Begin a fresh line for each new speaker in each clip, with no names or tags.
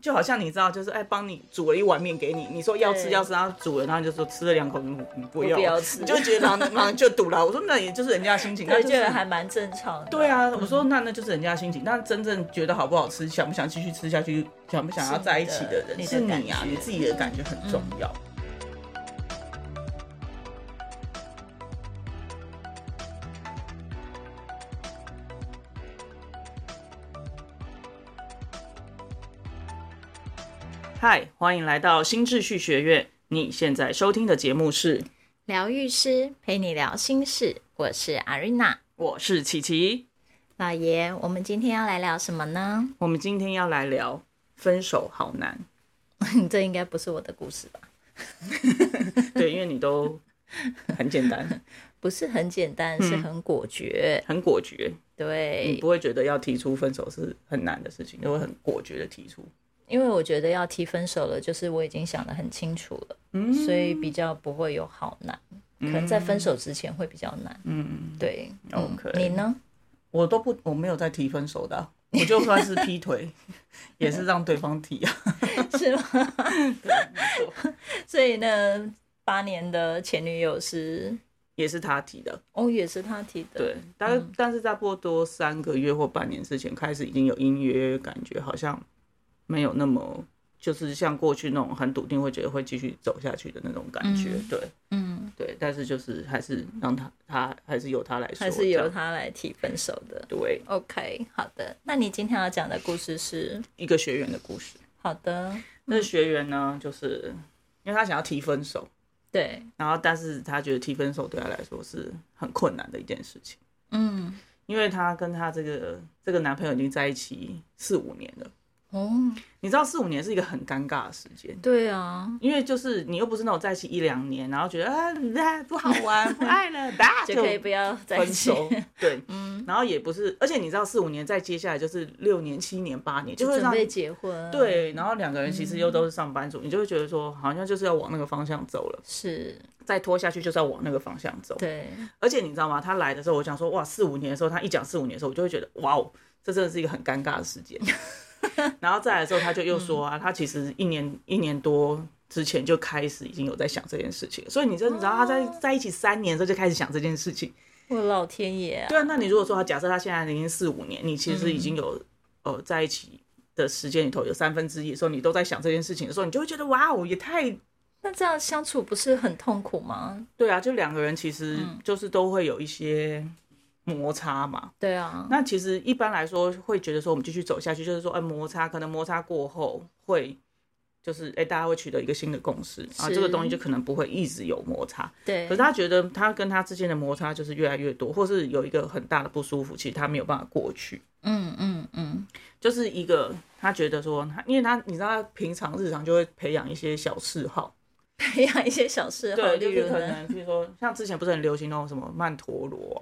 就好像你知道，就是哎，帮你煮了一碗面给你，你说要吃
对
要吃，然后煮了，然后你就说吃了两口，你你不
我
要，
不要吃
你就会觉得然后然后就堵了。我说那也就是人家的心情，那
对，
就
这
是
个还蛮正常的。
对，啊，我说那那就是人家的心情。那真正觉得好不好吃，想不想继续吃下去，想不想要在一起的人
是
是
你的
你啊，
你的感觉
你自己的感觉很重要。嗨，欢迎来到新秩序学院。你现在收听的节目是，
疗愈师陪你聊心事，我是阿瑞娜
我是琪琪。
老爷。我们今天要来聊什么呢？
我们今天要来聊分手好难。
这应该不是我的故事吧？
对，因为你都很简单，
不是很简单，是很果决。
很果决，你
对，
嗯不会觉得要提出分手是很难的事情，就会很果决的提出。
因为我觉得要提分手了，就是我已经想得很清楚了，
嗯
所以比较不会有好难。可能在分手之前会比较难。
嗯，
对
OK
你 呢？
我都不，我没有在提分手的啊、我就算是劈腿， 也是让对方提啊。
是吗？ 所以呢，八年的前女友是
也是他提的，
哦，也是他提的。
对，嗯但、但是差不多三个月或半年之前开始，已经有隐约感觉好像没有那么，就是像过去那种很笃定，会觉得会继续走下去的那种感觉，
嗯
对
嗯，
对，但是就是还是让他他还是由他来说，
还是
这样
由他来提分手的。
对
OK，好的。那你今天要讲的故事是？
一个学员的故事。
好的，
那个学员呢，就是因为他想要提分手，
对，
然后但是他觉得提分手对他来说是很困难的一件事情，
嗯，
因为他跟他这个这个男朋友已经在一起四五年了。
哦，
你知道四五年是一个很尴尬的时间，
对啊，
因为就是你又不是那种在一起一两年，然后觉得啊啊不好 玩，不爱了，吧
就可以不要在一
分
起。嗯
手， 对，然后也不是，而且你知道四五年再接下来就是六年、七年、八年，就会
准
让
备结婚，，
对，然后两个人其实又都是上班族，你就会觉得说好像就是要往那个方向走了，
是，
再拖下去就是要往那个方向走。
对，
而且你知道吗？他来的时候，我想说哇，四五年的时候，他一讲四五年的时候，我就会觉得哇哦，这真的是一个很尴尬的时间。然后再来的时候，他就又说啊，他其实一年一年多之前就开始已经有在想这件事情，所以你就你知道他在在一起三年的时候就开始想这件事情。
我老天爷啊，
对啊，那你如果说他假设他现在已经四五年，你其实已经有、呃在一起的时间里头有三分之一的时候，你都在想这件事情的时候，你就会觉得哇哦，也太
那这样相处不是很痛苦吗？
对啊，就两个人其实就是都会有一些摩擦嘛。
对啊，
那其实一般来说会觉得说我们继续走下去，就是说哎、摩擦可能摩擦过后会。就是哎、大家会取得一个新的共识，然后这个东西就可能不会一直有摩擦。
对
可是，他觉得他跟他之间的摩擦就是越来越多，或是有一个很大的不舒服，其实他没有办法过去。
嗯嗯嗯，
就是一个他觉得说他，因为他你知道他平常日常就会培养一些小嗜好，
培养一些小嗜好，
就
例
是
如
可
呢，
能比如说像之前不是很流行那种什么曼陀罗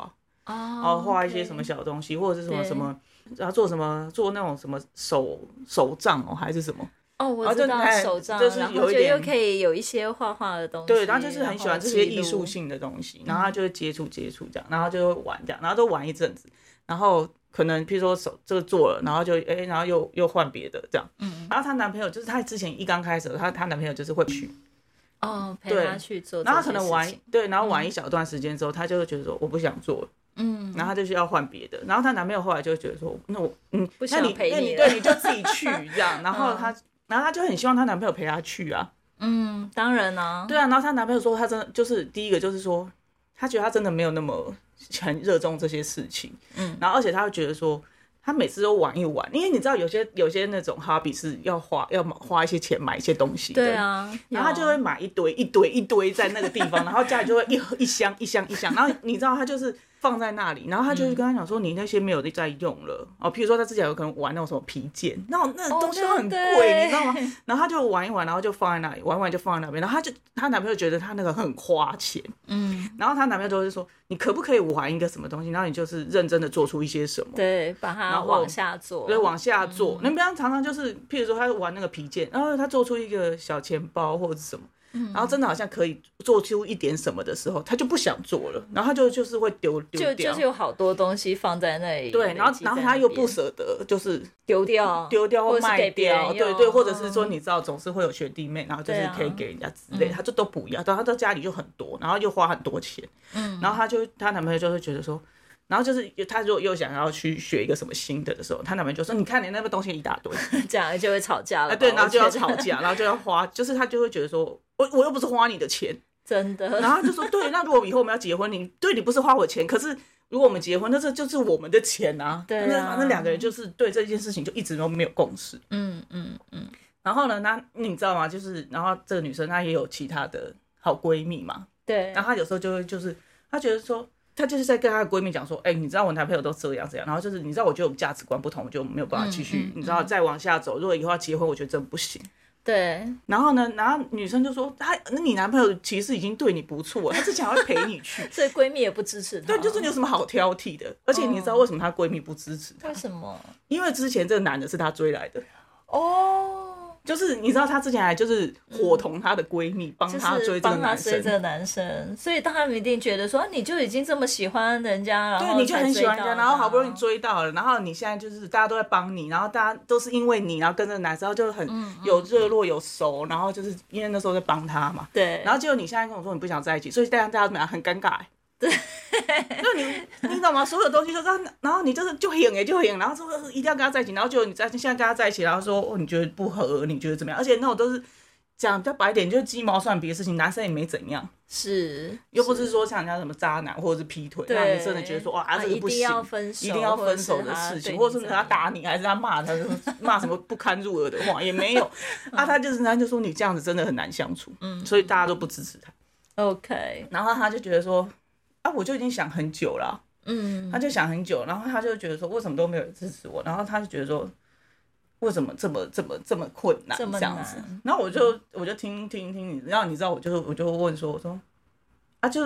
啊，然后
哦
画一些什么
OK
小东西，或者是什么
对
什么，然后做什么做那种什么手手杖哦还是什么，
哦，
然后
我
就
知道
哎
手账，
就是
然
有
后
一
就又
点
可以有一些画画的东西，
对，然后就是很喜欢这些
记
艺术
录，嗯
性的东西，然后他就会接触接触这样，然后就会玩这样，然后都玩一阵子，然后可能譬如说手这个做了，然后就哎、然后又又换别的这样，
嗯，
然后她男朋友就是她之前一刚开始的时候，她她男朋友就是会去。
哦，陪
对
他去做这
然
些
后
事
他可能
情，
玩对，然后玩一小段时间之后，她就会觉得说我不想做了，
嗯，
然后她就是要换别的。然后她男朋友后来就会觉得说，那我嗯，
不
那
想
你
陪
那
你
你
了
对你就自己 去这样。然后她，然后她就很希望她男朋友陪她去啊，
嗯，当然啦、
对啊。然后她男朋友说，他真的就是第一个就是说，他觉得他真的没有那么很热衷这些事情，
嗯，
然后而且他会觉得说。他每次都玩一玩，因为你知道有些有些那种 hobby 是要花要花一些钱买一些东西的，
对啊，
然后他就
有
会买一堆一堆一堆在那个地方，然后家里就会一盒一箱一箱一箱，然后你知道他就是放在那里，然后他
嗯
就是跟他讲说你那些没有在用了哦，譬如说他之前有可能玩那种什么皮件，那种那
哦
种东西都很贵，
对对
你知道吗？然后他就玩一玩，然后就放在那里，玩一玩就放在那边，然后他就她男朋友觉得她那个很花钱，
嗯，
然后她男朋友就会说你可不可以玩一个什么东西，然后你就是认真的做出一些什么。
对，把它
然后
往下做，
对，往
哦
下做。那不要常常就是，譬如说他玩那个皮件，然后他做出一个小钱包或者是什么，
嗯
然后真的好像可以做出一点什么的时候，他就不想做了，然后他就就是会丢丢
嗯就就
掉
是。有好多东西放在那里，
对，然
累
后
积
然后
在
他
那
又
边
不舍得，就是
丢掉，
丢掉
或
或
者是
卖
给别人
掉，对
用啊
对，或者是说你知道总是会有学弟妹，然后就是
对啊
可以给人家之类，他就都不要，然后他到家里就很多，然后又花很多钱，嗯，然后她就她男朋友就会觉得说。然后就是，她如果又想要去学一个什么新的的时候，她男朋友就说：“你看你那个东西一大堆，
这样就会吵架了吧、
啊，对，
我
然后就要
觉得
吵，架，然后就要花，就是他就会觉得说，我我又不是花你的钱，
真的。
然后他就说，对，那如果以后我们要结婚，你对你不是花我钱，可是如果我们结婚，那这就是我们的钱啊，
对啊
那反正两个人就是对这件事情就一直都没有共识。
嗯嗯嗯，
然后呢，那你知道吗？就是然后这个女生她也有其他的好闺蜜嘛，
对
然，后她有时候就会就是她觉得说。她就是在跟她的闺蜜讲说，哎、你知道我男朋友都这样这样，然后就是你知道，我觉得我们价值观不同，我就没有办法继续，
嗯嗯
你知道再往下走，如果以后要结婚，我觉得真不行。
对，。
然后呢，然后女生就说：“他，那你男朋友其实已经对你不错了，他之前还会陪你去
所以闺蜜也不支持她。
对，就是你有什么好挑剔的？而且你知道为什么她闺蜜不支持她？
为什么？
因为之前这个男的是她追来的，
哦，
就是你知道她之前还就是伙同她的闺蜜帮
嗯就
她追
是
这个
帮她
男
追
生，
这个男生，所以他们一定觉得说，啊你就已经这么喜欢人家，然
对，
后
你就
才
很喜欢人
追
家，
到
然后好不容易
她，
追到了，然后你现在就是大家都在帮你，然后大家都是因为你，然后跟着男生然后就很
嗯
有热络有熟，然后就是因为那时候在帮他嘛，
对，
然后结果你现在跟我说你不想在一起，所以大家大家怎么样很尴尬、欸。 对，就你你懂吗？所有东西就是他，然后你就是就很哎就很，然后说呃一定要跟他在一起，然后结果你在现在跟他在一起，然后说哦你觉得不合，你觉得怎么样？而且那种都是讲比较白一点，就是鸡毛蒜皮的事情，男生也没怎样，
是
又不是说像人家什么渣男或者是劈腿，让你真的觉得说哇、
啊
这个不
一
行。
定要分手，
一定要分手的
啊
事情，或者是他打你，还是他骂他， 就是骂什么不堪入耳的话，也没有。 啊，他就是他就说你这样子真的很难相处，嗯，所以大家都不支持他。
，OK，
然后他就觉得说，啊，我就已经想很久了啊、
嗯，
他就想很久，然后他就觉得说，为什么都没有人支持我？然后他就觉得说，为什么这么这么这么困难
这么
这样子
难？
然后我就我就听听听你，然后你知道我就我就问说，我说啊就，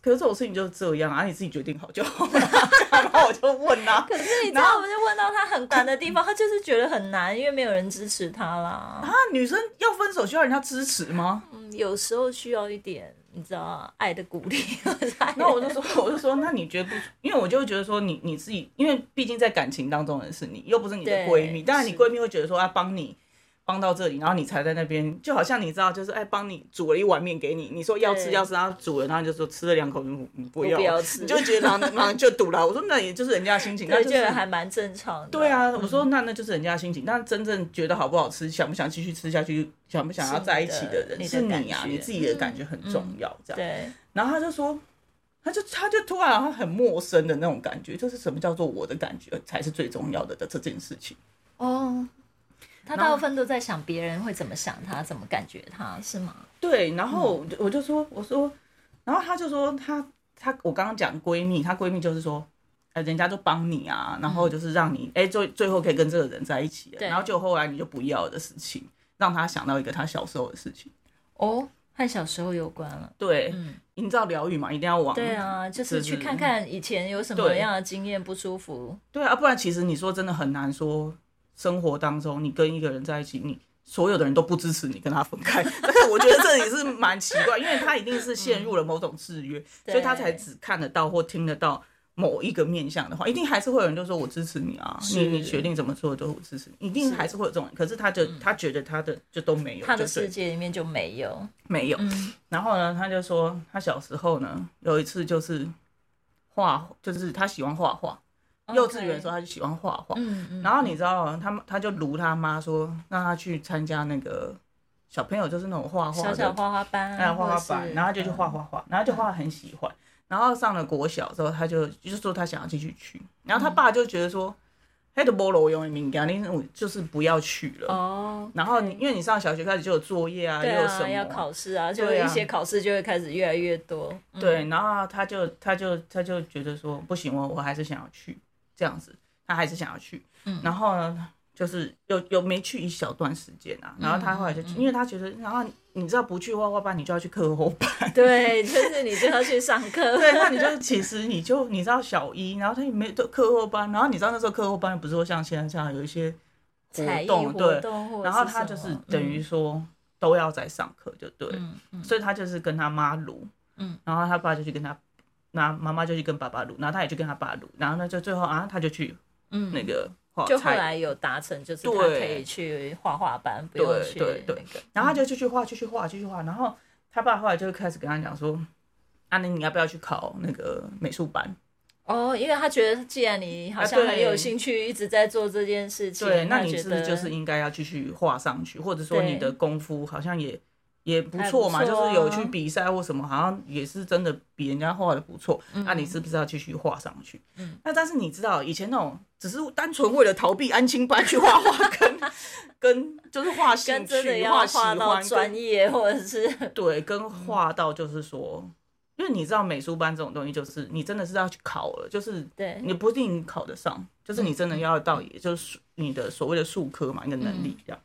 可是这种事情就是这样啊，你自己决定好就好了。 然后我就问啊，
可是你知道，我就问到他很难的地方，他就是觉得很难，因为没有人支持他啦。
啊女生要分手需要人家支持吗？
嗯，有时候需要一点，你知道，爱的鼓励。
那我就说， 我就说，那你觉得不？因为我就会觉得说你，你自己，因为毕竟在感情当中的是你，又不是你的
对
闺蜜。当然，你
是
闺蜜会觉得说，啊，帮你帮到这里，然后你才在那边，就好像你知道，就是哎，帮你煮了一碗面给你，你说要吃
对
要吃，然后煮了，然后你就说吃了两口，嗯嗯不要，
不要吃
你就会觉得然后然后就堵了。我说那也就是人家的心情，那
我
就
觉
是
得还嗯蛮正常的。
对，啊，我说那那就是人家的心情，但真正觉得好不好吃，想不想继续吃下去，想不想要
是你
在一起
的
的人
你的
是你
感
啊，
觉嗯
你自己的感觉很重要，这样。
对，
然后他就说，他就他就突然他很陌生的那种感觉，就是什么叫做我的感觉才是最重要的的这件事情。
哦，他大部分都在想别人会怎么想他，怎么感觉他，是吗？
对，然后我就我就说，我说，然后他就说他他我刚刚讲闺蜜，她闺蜜就是说。哎，人家就帮你啊，然后就是让你哎、最最后可以跟这个人在一起了，
对
然后就后来你就不要的事情，让他想到一个他小时候的事情。
哦，和小时候有关了。
对，
嗯
营造疗愈嘛，一定要往
对啊，就是去
是
看看以前有什么
对
样的经验不舒服。
对啊，不然其实你说真的很难说，生活当中你跟一个人在一起，你所有的人都不支持你跟他分开， 但是我觉得这也是蛮奇怪，因为他一定是陷入了某种制约，
嗯 对
所以他才只看得到或听得到。某一个面向的话，一定还是会有人就说我支持你啊，
是
你你决定怎么做都我支持你，一定还是会有这种人。可是他就、他觉得他的就都没有，
嗯他的嗯
就对
世界里面就没有，
没有。 然后呢，他就说他小时候呢有一次就是画，就是他喜欢画画，幼稚园的时候他就喜欢画画，
嗯嗯，
然后你知道吗，他他就撸他妈说，让他去参加那个小朋友就是那种画画
小
的，
小花花班，啊
哎画画
或
班，
是嗯
然后他就去画画画，然后就画得很喜欢。然后上了国小之后，他就就说他想要继续去，然后他爸就觉得说，黑的菠萝用的敏感，你我就是不要去了。
哦，
然后你因为你上小学开始就有作业啊，
对
又有什
啊，
么
要考试啊，就
对
一
啊
些考试就会开始越来越多。嗯，
对，然后他就他就他就觉得说不行，我我还是想要去这样子，他还是想要去。
嗯
然后呢，就是有有没去一小段时间啊，然后他后
嗯
来就去，因为他觉得，然后你知道不去画画班，你就要去课后班，
对，就是你就要去上课。
对，那你就其实你就你知道小一，然后他也没有课后班，然后你知道那时候课后班不是说像现在这样有一些
才艺
动
活
对
动或者
然后
是
他
什
就是
么
等于说，都要在上课，就对了。
嗯嗯
所以他就是跟他妈撸，
嗯，
然后他爸就去跟他，那妈妈就去跟爸爸撸，然后他也去跟他爸撸，然后呢就最后啊，他就去
嗯，
那个画
就后
菜，
来有达成，就是他
对
可以去画画班，不用
对
去
对
那
对
个。
然后他就继续画，继续画，继续画，然后他爸后来就开始跟他讲说，阿宁你要不要去考那个美术班？
哦，因为他觉得既然你好像
啊对
很有兴趣，一直在做这件事情，
对，那
他
你
觉
是不是
得
就是应该要继续画上去，或者说你
对
的功夫好像也也不
还
错
不
嘛，
错
就是有去
啊
比赛或什么，好像也是真的比人家画的不错。那、你是不是要继续画上去？
嗯
那但是你知道，以前那种只是单纯为了逃避安亲班去画画跟， 跟就是画兴
跟真的
趣、
要
喜
画
欢
到专嗯
跟
业，或者 是
对，跟画到就是说。因为你知道美术班这种东西，就是你真的是要去考了，就是
对
你不一定考得上，就是你
嗯
真的要到，也就是你的所谓的术科嘛，你的能
嗯
力这样。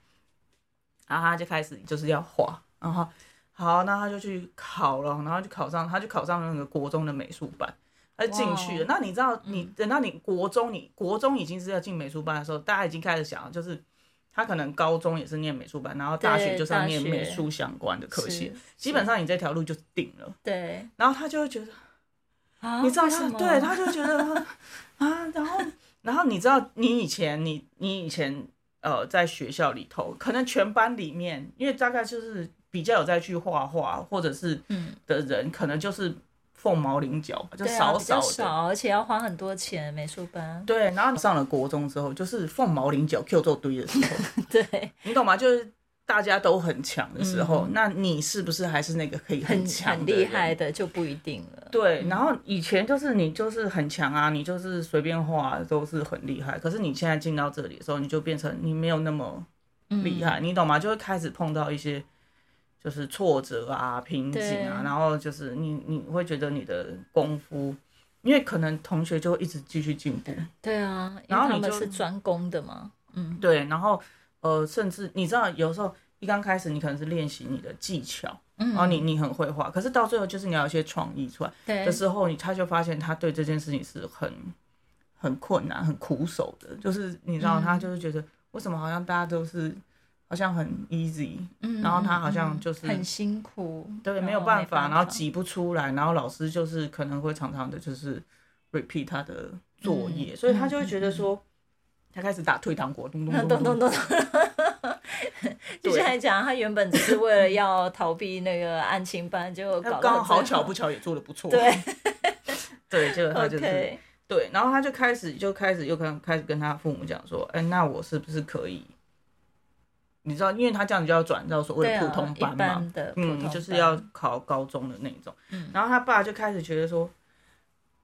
然后他就开始就是要画，然后好，那他就去考了，然后就考上，他就考上了那个国中的美术班，他就进去了。
哇哦嗯
那你知道，你等到你国中，你国中已经是要进美术班的时候，大家已经开始想，就是他可能高中也是念美术班，然后大学
对
就是要念
大学
美术相关的科
是
系
是，
基本上你这条路就定了。
对
然后他就会觉得。
啊
你知道
为
他
什么
对他就觉得啊，然后然后你知道你以前你你以前呃在学校里头，可能全班里面，因为大概就是比较有在去画画或者是
嗯
的人，可能就是凤毛麟角吧，就
对啊
少
比较
的。
少，而且要花很多钱美术班，
对，然后你上了国中之后，就是凤毛麟角 Q 做堆的时候，
对，
你懂吗？就是大家都很强的时候，那你是不是还是那个可以
嗯很
强
很
的
厉
人
害的就不一定了。
对，然后以前就是你就是很强啊，你就是随便画都是很厉害。可是你现在进到这里的时候，你就变成你没有那么
嗯
厉害，你懂吗？就会开始碰到一些就是挫折啊、瓶颈啊，
对
然后就是你你会觉得你的功夫，因为可能同学就会一直继续进步，
对啊，因
然后
为他
你
们
就是
专攻的嘛，嗯，
对，然后呃，甚至你知道有时候。一刚开始，你可能是练习你的技巧，然后哦
嗯，
你你很会画，可是到最后就是你要有一些创意出来，
对
的，时候，你他就发现他对这件事情是很很困难、很苦手的，就是你
嗯
知道，他就是觉得为什么好像大家都是好像很 easy，
嗯
然后他好
嗯
像
嗯
就是
很辛苦，
对，
然
没有
后
办法，然后
法
挤不出来，然后老师就是可能会常常的就是 repeat 他的作业，
嗯
所以他就会觉得说，他开始打退堂鼓， 咚咚
那
咚
咚
咚
咚咚， 就像你讲，他原本只是为了要逃避那个案情班，就搞
他
到
刚好好
最后
巧不巧也做的不错，
对
对，就他就是。
，OK，
对，然后他就开始就开始又跟开始跟他父母讲说，哎、那我是不是可以？你知道，因为他这样子就要转到所谓
对
的
啊，
普通班嘛，
一般的普通
嗯，
班，嗯
就是要考高中的那种。然后他爸就开始觉得说，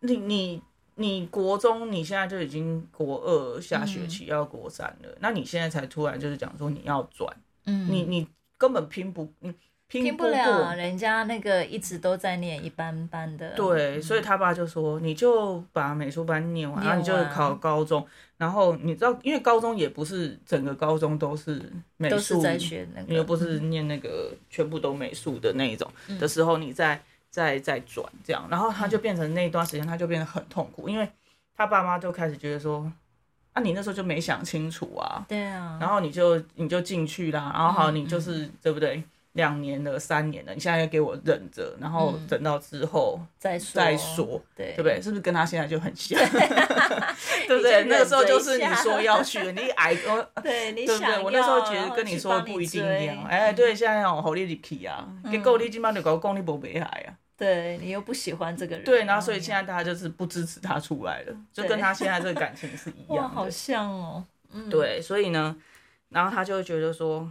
你你你国中你现在就已经国二下学
嗯
期要国三了，那你现在才突然就是讲说你要转，
嗯，
你你根本拼不嗯拼
听不
过
了啊人家那个一直都在念一般般的，嗯
对，所以他爸就说，你就把美术班念完，
念
然后你就
完
考高中，然后你知道，因为高中也不是整个高中都是美
都是
术，
在学嗯那
你又
个，
不是念那个全部都美术的那一种、
嗯
的时候，你再再再转这样，然后他就变成那一段时间，他就变得很痛苦，因为他爸妈就开始觉得说，啊，你那时候就没想清楚啊，
对啊，
然后你就你就进去啦，然后
嗯
好，你就是、对不对？两年了，三年了，你现在要给我忍着，然后
嗯
等到之后。
再说
再，说，
对
对不对？是不是跟他现在就很 像？对不对？
已经忍着一下
那个时候就是你说要去， 你矮个，
对，你
对不
想
对？
要
我那时候其实跟你说的不一定一样。，哎，对，现在哦，好你力气啊，结果你今晚就搞讲你不北海啊。
然后去帮你追对你又不喜欢这个人，哦
对，然后所以
你
现在大家就是不支持他出来了，就
对
跟他现在这个感情是一
嗯哇，
样
好
的。
像哦，嗯，
对，所以呢，然后他就会觉得说。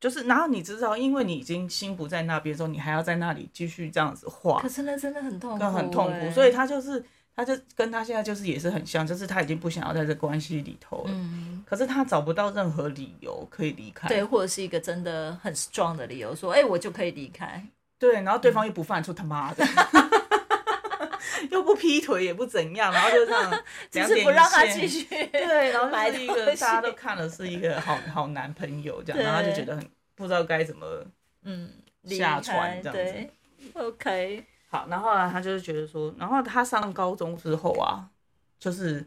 就是，然后你知道，因为你已经心不在那边的时候，你还要在那里继续这样子画，
可是那真的很痛苦欸，
那很痛苦，所以他就是，他就跟他现在就是也是很像，就是他已经不想要在这关系里头了，
嗯，
可是他找不到任何理由可以离开，
对，或者是一个真的很 strong 的理由，说，哎、我就可以离开，
对，然后对
嗯
方又不犯错，他妈的， 又不劈腿也不怎样，然后就这样，
只
两
是
点
不让他
一线
继。续。
对，然后
买
就是一
东
个大家
西
都看了是一个好好男朋友这样，
对
然后他就觉得很不知道该怎么
嗯，离
下船
开
这样子
对，OK，
好，然后呢，他就是觉得说，然后他上高中之后啊，就是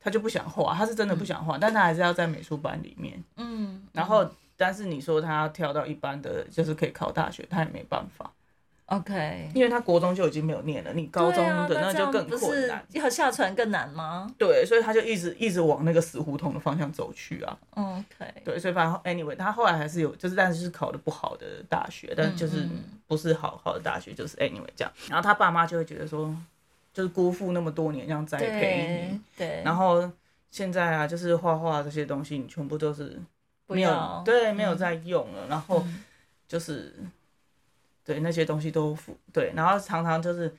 他就不想画，他是真的不想画，但他还是要在美术班里面。
嗯，
然后但是你说他跳到一般的，就是可以考大学，他也没办法，
OK，
因为他国中就已经没有念了，你高中的
对啊、
那
这
就
样
更
不
困
是
难。
要下船更难吗
对，所以他就一直一直往那个死胡同的方向走去啊。
嗯？OK，
对，所以反正 anyway，他后来还是有，就是但是是考的不好的大学，但就是
嗯
不是好好的大学，就是 anyway 这样。然后他爸妈就会觉得说，就是辜负那么多年这样栽培
对
你，
对，
然后现在啊，就是画画这些东西，你全部都是
不
没
要嗯
有对没有在用了，然后就是对那些东西都付对，然后常常就是，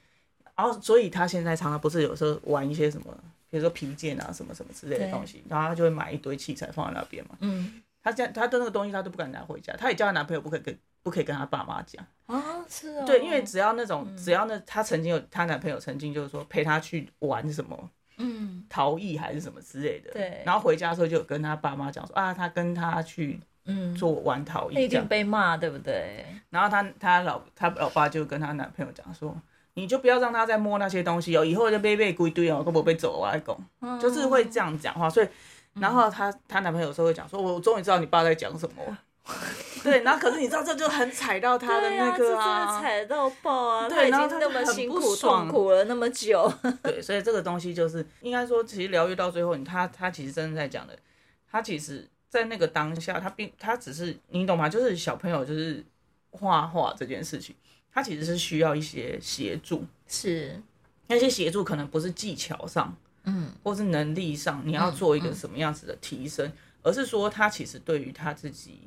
然后所以他现在常常不是有时候玩一些什么，比如说皮件啊什么什么之类的
对
东西，然后他就会买一堆器材放在那边嘛。
嗯
他这样，他的那个东西他都不敢拿回家，他也叫他男朋友不可以跟不可以跟他爸妈讲。
啊是哦，嗯
对，因为只要那种、只要那他曾经有她男朋友曾经就是说陪她去玩什么
嗯
陶艺还是什么之类的，
对
然后回家的时候就有跟他爸妈讲说啊，他跟他去
嗯，
做玩陶
那
艺
一
这
定
样，
被骂对不对？
然后他他老他老爸就跟他男朋友讲说。你就不要让他再摸那些东西哦，以后就被被归堆哦，都不被走啊，拱，
嗯
就是会这样讲话，所以，然后她她男朋友有时候会讲说，我终于知道你爸在讲什么了，对，然后可是你知道这就很踩到她的
对啊
那个
这真的踩到爆啊！
对
他已
然后
经
他
那
就
么
很
辛
不
苦
爽
痛苦了那么久，
对，所以这个东西就是应该说，其实疗愈到最后，你他他其实真的在讲的，他其实在那个当下，他并他只是你懂吗？就是小朋友就是画画这件事情，他其实是需要一些协助，
是
那些协助可能不是技巧上，
嗯，
或是能力上，你要做一个什么样子的提升，而是说他其实对于他自己，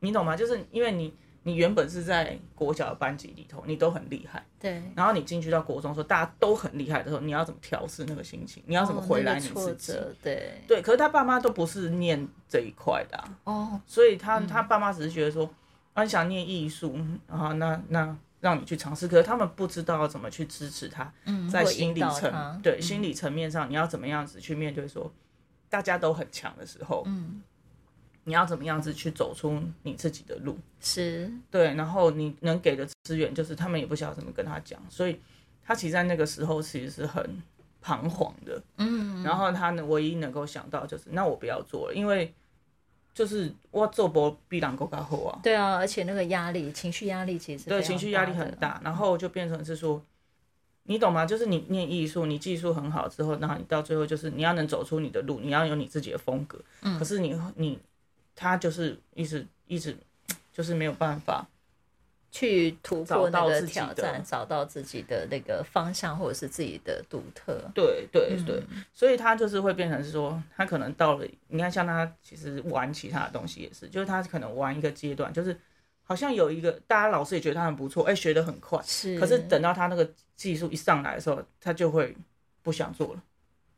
你懂吗？就是因为你你原本是在国小的班级里头，你都很厉害。
对。
然后你进去到国中的时候，大家都很厉害的时候，你要怎么调试那个心情？你要怎么
哦
回
那
来
个
你
挫
自己？
折？对，
对，可是他爸妈都不是念这一块的啊、
哦，
所以他他爸妈只是觉得说，啊，你想念艺术啊，那那让你去尝试，可是他们不知道怎么去支持他，
嗯，
在
或
心
引
理
导
层
他
对、心理层面上，你要怎么样子去面对说，大家都很强的时候，嗯，你要怎么样子去走出你自己的路？
是
对，然后你能给的资源就是他们也不晓得怎么跟他讲，所以他其实在那个时候其实是很彷徨的。嗯，然后他呢唯一能够想到就是，那我不要做了，因为就是我做不必然够较好啊。
对啊，而且那个压力，情绪压力其实
对，
非常
情绪压力
大
很
的，嗯
大，然后就变成是说，你懂吗？就是你念艺术，你技术很好之后，然后你到最后就是你要能走出你的路，你要有你自己的风格。嗯、可是你你他就是一直一直就是没有办法。
去突破
找
那
到
个
自己
挑
的
战，找到自己的那个方向或者是自己的独特。
对对对，
嗯
所以他就是会变成是说，他可能到了，你看像他其实玩其他的东西也是，就是他可能玩一个阶段，就是好像有一个大家老师也觉得他很不错，哎、学得很快，
是，
可是等到他那个技术一上来的时候，他就会不想做了，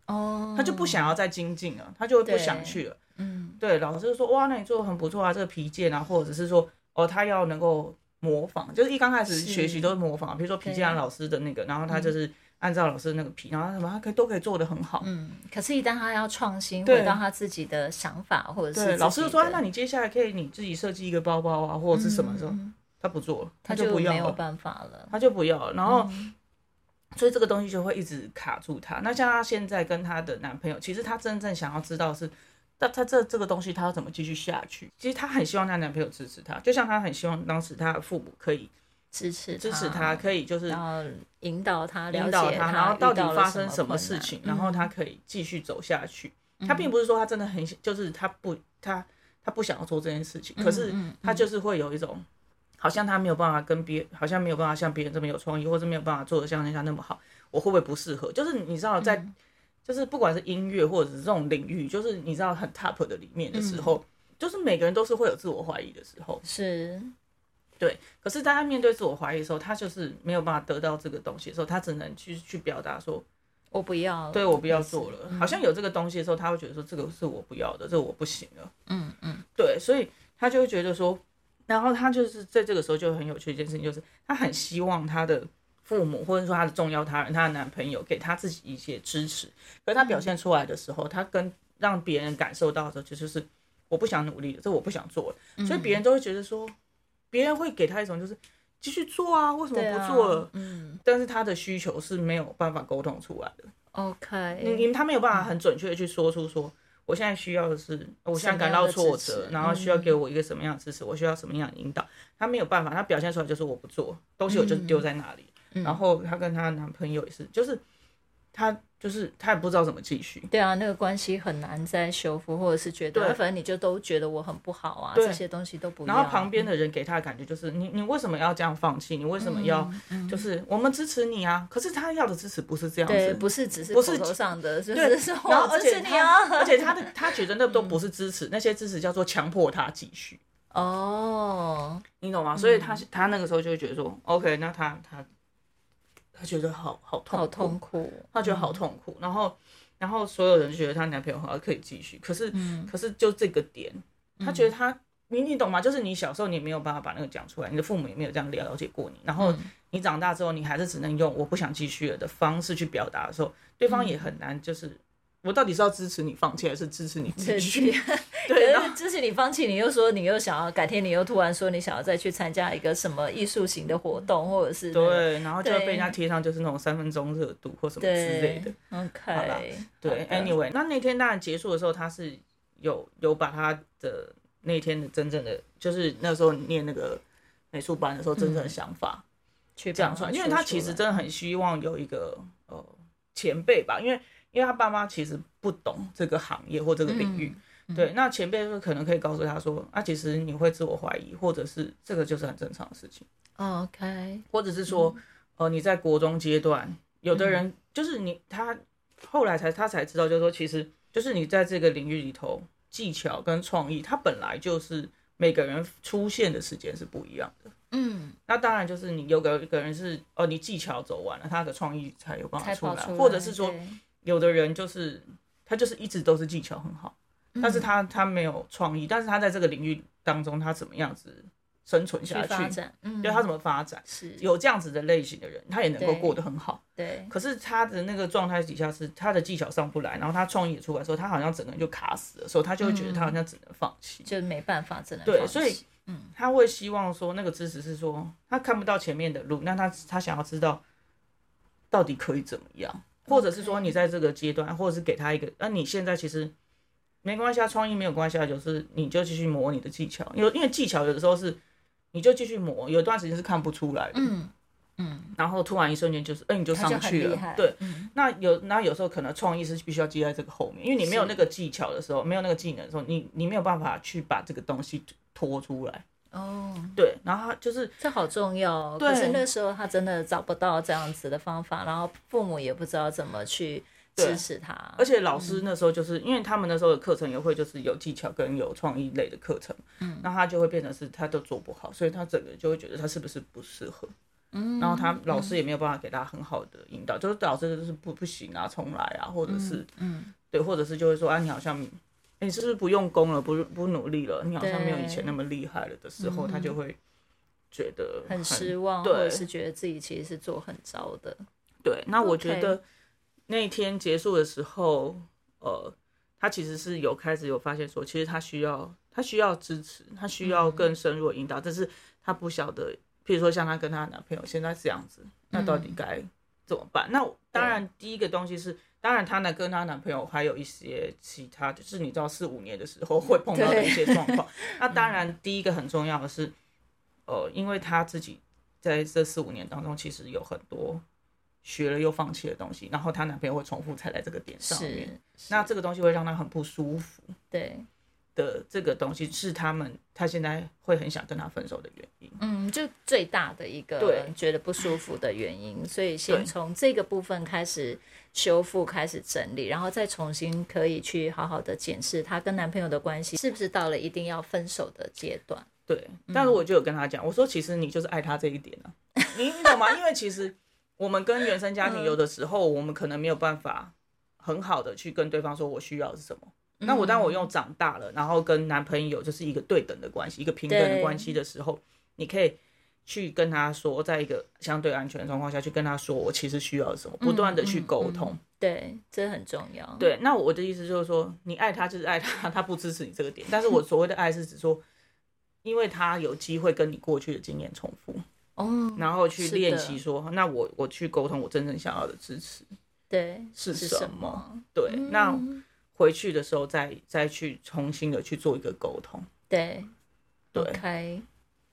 哦，
他就不想要再精进了，他就会不想去了。
嗯，
对，老师就说哇，那你做的很不错啊，这个皮件啊，或者是说哦，他要能够模仿，就是一刚开始
是
学习都是模仿，比如说皮件啊
对嗯
老师的那个，然后他就是按照老师的那个皮，然后他什么他可以都可以做得很好。
嗯，可是，一旦他要创新，
对
回到他自己的想法或者是
对，老师就说、啊，那
你
你接下来可以你自己设计一个包包啊，或者是什么时候，他不做了，
嗯他
就
就
不
没
要
有
了，
办法了。
他就不要了，然后。所以这个东西就会一直卡住他。那像她现在跟她的男朋友，其实她真正想要知道是，那她这这个东西她要怎么继续下去？其实她很希望她男朋友支持她，就像她很希望当时她的父母可以
支持
支持
啊
她，，可以就是
然后引导他，了
引导
解
他，然后
遇
到底
了
发生什么
困
事
难嗯
情，然后他可以继续走下去。他并不是说他真的很，就是他不他他不想要做这件事
嗯
情，可是他就是会有一种，好像他没有办法跟别，好像没有办法像别人这么有创意，或者没有办法做的像人家那么好，我会不会不适合？就是你知道在，
嗯
就是不管是音乐或者是这种领域，就是你知道很 top 的里面的时
嗯
候，就是每个人都是会有自我怀疑的时候。
是
对，可是当他面对自我怀疑的时候，他就是没有办法得到这个东西的时候，他只能去去表达说，
我不要了，嗯
对我不要做了。好像有这个东西的时候，他会觉得说这个是我不要的，这个我不行了。
嗯嗯，
对，所以他就会觉得说，然后他就是在这个时候就很有趣一件事情，就是他很希望他的父母或者说他的重要他人、他的男朋友给他自己一些支持，可是他
嗯
表现出来的时候，他跟让别人感受到的时候，就就是我不想努力了，这我不想做了，所以别
嗯
人都会觉得说，别人会给他一种就是继续做啊，为什么
对
不
啊
做了？
嗯
但是他的需求是没有办法沟通出来的。
，OK，
你你他没有办法很准确的去说出说我现在需要的是，呃我现在
什么
感
样
到
的
挫
支持嗯
折，然后需要给我一个什么样的支持，我需要什么样的引导。她没有办法，她表现出来就是我不做，东西我
嗯
就丢在那里。然后她跟她男朋友也是，就是她就是她也不知道怎么继续。
对啊，那个关系很难再修复，或者是觉得
对
啊反正你就都觉得我很不好啊，
对
这些东西都不要。
然后旁边的人给她的感觉就是，你你为什么要这样放弃？你为什么要
嗯
就是我们支持你啊？可是她要的支持不是这样
对，
子，
不是只是
不
口
是
头上的，就
对
是说
然
我
后而
支
且
持你啊，
他，而且他的他觉得那 都不是支持，那些支持叫做强迫他继续，
哦，
你懂吗？所以他他那个时候就会觉得说，OK，那他他他觉得好好痛，
好痛，嗯苦，
他觉得好痛苦。然后然后所有人就觉得她男朋友好像可以继续，可是
嗯
可是就这个点，他觉得他。你你懂吗？就是你小时候你没有办法把那个讲出来，你的父母也没有这样了解过你，然
嗯
后你长大之后，你还是只能用我不想继续了的方式去表达的时候，对
嗯
方也很难就是。我到底是要支持你放弃，还是支持你继续？ 对，然
可
后
是支持你放弃，你又说你又想要改天，你又突然说你想要再去参加一个什么艺术型的活动，或者是那个
对，然后就会被人家
对
贴上就是那种三分钟热度或什么之类的。
对
啦
，OK，
对
好的
，anyway，那那天当然结束的时候，他是有有把他的那天的真正的，就是那时候念那个美术班的时候真正的想法嗯
去
讲
讲
出来，因为他其实真的很希望有一个呃前辈吧，因为因为他爸妈其实不懂这个行业或这个领域。对，那前辈就可能可以告诉他说，啊，其实你会自我怀疑，或者是这个就是很正常的事情。
哦 OK，
或者是说，
嗯
呃，你在国中阶段，有的人就是你他后来才他才知道，就是说，其实就是你在这个领域里头，技巧跟创意，它本来就是每个人出现的时间是不一样的。
嗯，
那当然就是你有个一个人是哦，你技巧走完了，他的创意才有办法
才
啊出
跑
来，
出来，
或者是说，
对
有的人就是他就是一直都是技巧很好，但
嗯
是他他没有创意，但是他在这个领域当中，他怎么样子生存下
去发
去？
展，嗯，
对他怎么发展？
是
有这样子的类型的人，他也能够过得很好。
对，
可是他的那个状态底下是他的技巧上不来，然后他创意也出来的时候，他好像整个人就卡死了，所以他就会觉得他好像只能放弃。
就没办法，只能
对
放
所以
弃
他会希望说那个支持是说他看不到前面的路，那他他想要知道到底可以怎么样，或者是说你在这个阶段，或者是给他一个，那、你现在其实没关系啊，创意没有关系啊，就是你就继续磨你的技巧，因为因为技巧有的时候是你就继续磨，有一段时间是看不出来的，
嗯嗯，
然后突然一瞬间就是，哎、你就
他就
上
很
去
厉
了
害，
对。
嗯
那有那有时候可能创意是必须要接在这个后面，因为你没有
是
那个技巧的时候，没有那个技能的时候，你你没有办法去把这个东西拖出来。
哦，
对，然后他就是
这好重要哦。
对
可是那时候他真的找不到这样子的方法，然后父母也不知道怎么去支持他。
而且老师那时候就是、因为他们那时候的课程也会就是有技巧跟有创意类的课程，嗯，那他就会变成是他都做不好，所以他整个就会觉得他是不是不适合，嗯，然后他老师也没有办法给他很好的引导，就是老师就是不不行啊，重来啊，或者是嗯对，或者是就会说啊，你好像。哎你是不是不用功了，不不努力了？你好像没有以前那么厉害了的时候，他就会觉得
很失望，或
对
者是觉得自己其实是做很糟的。
对，那我觉
OK
得那一天结束的时候，呃，他其实是有开始有发现说，其实他需要他需要支持，他需要更深入的引导，但是他不晓得，譬如说像她跟她男朋友现在这样子，那到底该怎么办？那当然，第一个东西是。当然，她呢跟她男朋友还有一些其他，就是你知道四五年的时候会碰到的一些状况。那当然，第一个很重要的是，呃，因为她自己在这四五年当中，其实有很多学了又放弃的东西，然后她男朋友会重复踩在这个点上
是
面，，那这个东西会让她很不舒服
对，
的。这个东西是他们她现在会很想跟他分手的原因。
嗯，就最大的一个
对
觉得不舒服的原因，所以
对
先从这个部分开始修复，开始整理，然后再重新可以去好好的检视她跟男朋友的关系是不是到了一定要分手的阶段。
对，
嗯
但是我就有跟他讲，我说其实你就是爱他这一点啊，你你懂吗？因为其实我们跟原生家
嗯
庭有的时候，我们可能没有办法很好的去跟对方说我需要的是什么。那我当
嗯
我用长大了，然后跟男朋友就是一个对等的关系，一个平等的
对
关系的时候，你可以去跟他说，在一个相对安全的状况下去跟他说，我其实需要的是什么，不断的
嗯
去沟通。
对，这很重要。
对，那我的意思就是说，你爱他就是爱他，他不支持你这个点。但是我所谓的爱是指说，因为他有机会跟你过去的经验重复，
哦，
然后去
是的
练习说，那我我去沟通我真正想要的支持
对，
是
是嗯
什么？对，那回去的时候再再去重新的去做一个沟通。
对
对
，OK，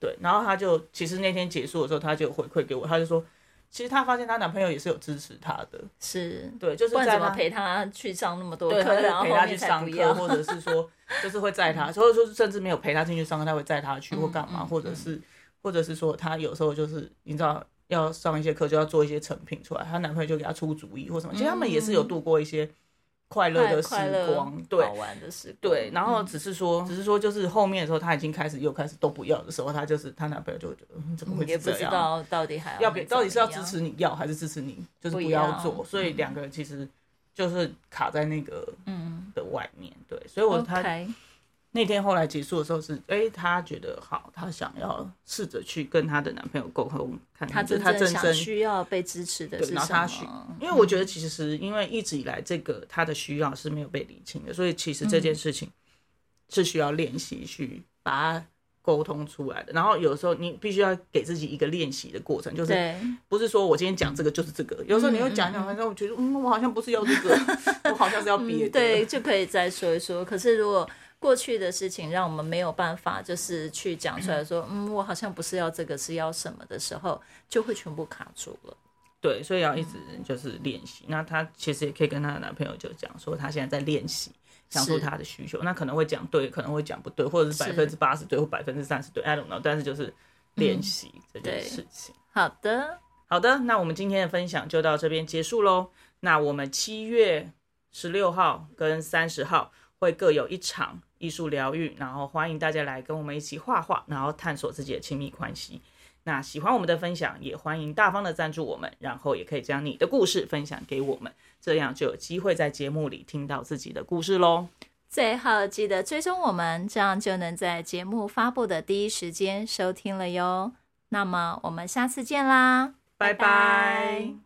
对，然后他就其实那天结束的时候，他就回馈给我，他就说，其实他发现她男朋友也是有支持她的，
是，
对，就是
不然
在
怎么
她
陪他去上那么多
对，他
课，
就
然后
陪
后
她
面
去
才
上
不
课，
要？嗯
或者是说就是会载她，所以就是甚至没有陪她进去上课，他会载她去或干嘛，或
嗯
者是或者是说她有时候就是你知道要上一些课就要做一些成品出来，她男朋友就给她出主意或什么，其实他们也是有度过一些快乐
快
的时
嗯快乐
光，对
好。玩的时光，
对，然后
嗯
只是说，只是说，就是后面的时候，她已经开始又开始都不要的时候，她就是她男朋友就会觉得，嗯，怎么会
也
是
不
这
知
样？
道啊到底还
要
不
不到底是要支持你要还是支持你就是
不
不
要
要做？所以两个人其实就是卡在那个
嗯
的外面，对，所以我他嗯
，OK，
那天后来结束的时候是，哎、她觉得好，她想要试着去跟她的男朋友沟通，看
他
就
真
是她
正
真
想
正，
需要被支持的
对
是
然后她
什
需
么？
因为我觉得其实因为一直以来这个她的需要是没有被理清的，所以其实这
嗯
件事情是需要练习去把它沟通出来的。然后有时候你必须要给自己一个练习的过程，就是
对，
不是说我今天讲这个就是这个，有时候你会讲一讲，反正我觉得嗯，我好像不是要这 个，我好像是要别的，
嗯，对，就可以再说一说。可是如果过去的事情让我们没有办法，就是去讲出来说，嗯，我好像不是要这个，是要什么的时候，就会全部卡住了。
对，所以要一直
嗯
就是练习。那她其实也可以跟她的男朋友就讲说，她现在在练习，讲述
是
她的需求。那可能会讲对，可能会讲不对，或者是百分之八十对或百分之三十对，I don't know。但是就是练习这件
嗯对
事情。
好的，
好的，那我们今天的分享就到这边结束喽。那我们七月十六号跟三十号会各有一场艺术疗愈，然后欢迎大家来跟我们一起画画，然后探索自己的亲密关系。那喜欢我们的分享，也欢迎大方的赞助我们，然后也可以将你的故事分享给我们，这样就有机会在节目里听到自己的故事喽。
最后记得追踪我们，这样就能在节目发布的第一时间收听了哟。那么我们下次见啦，
拜拜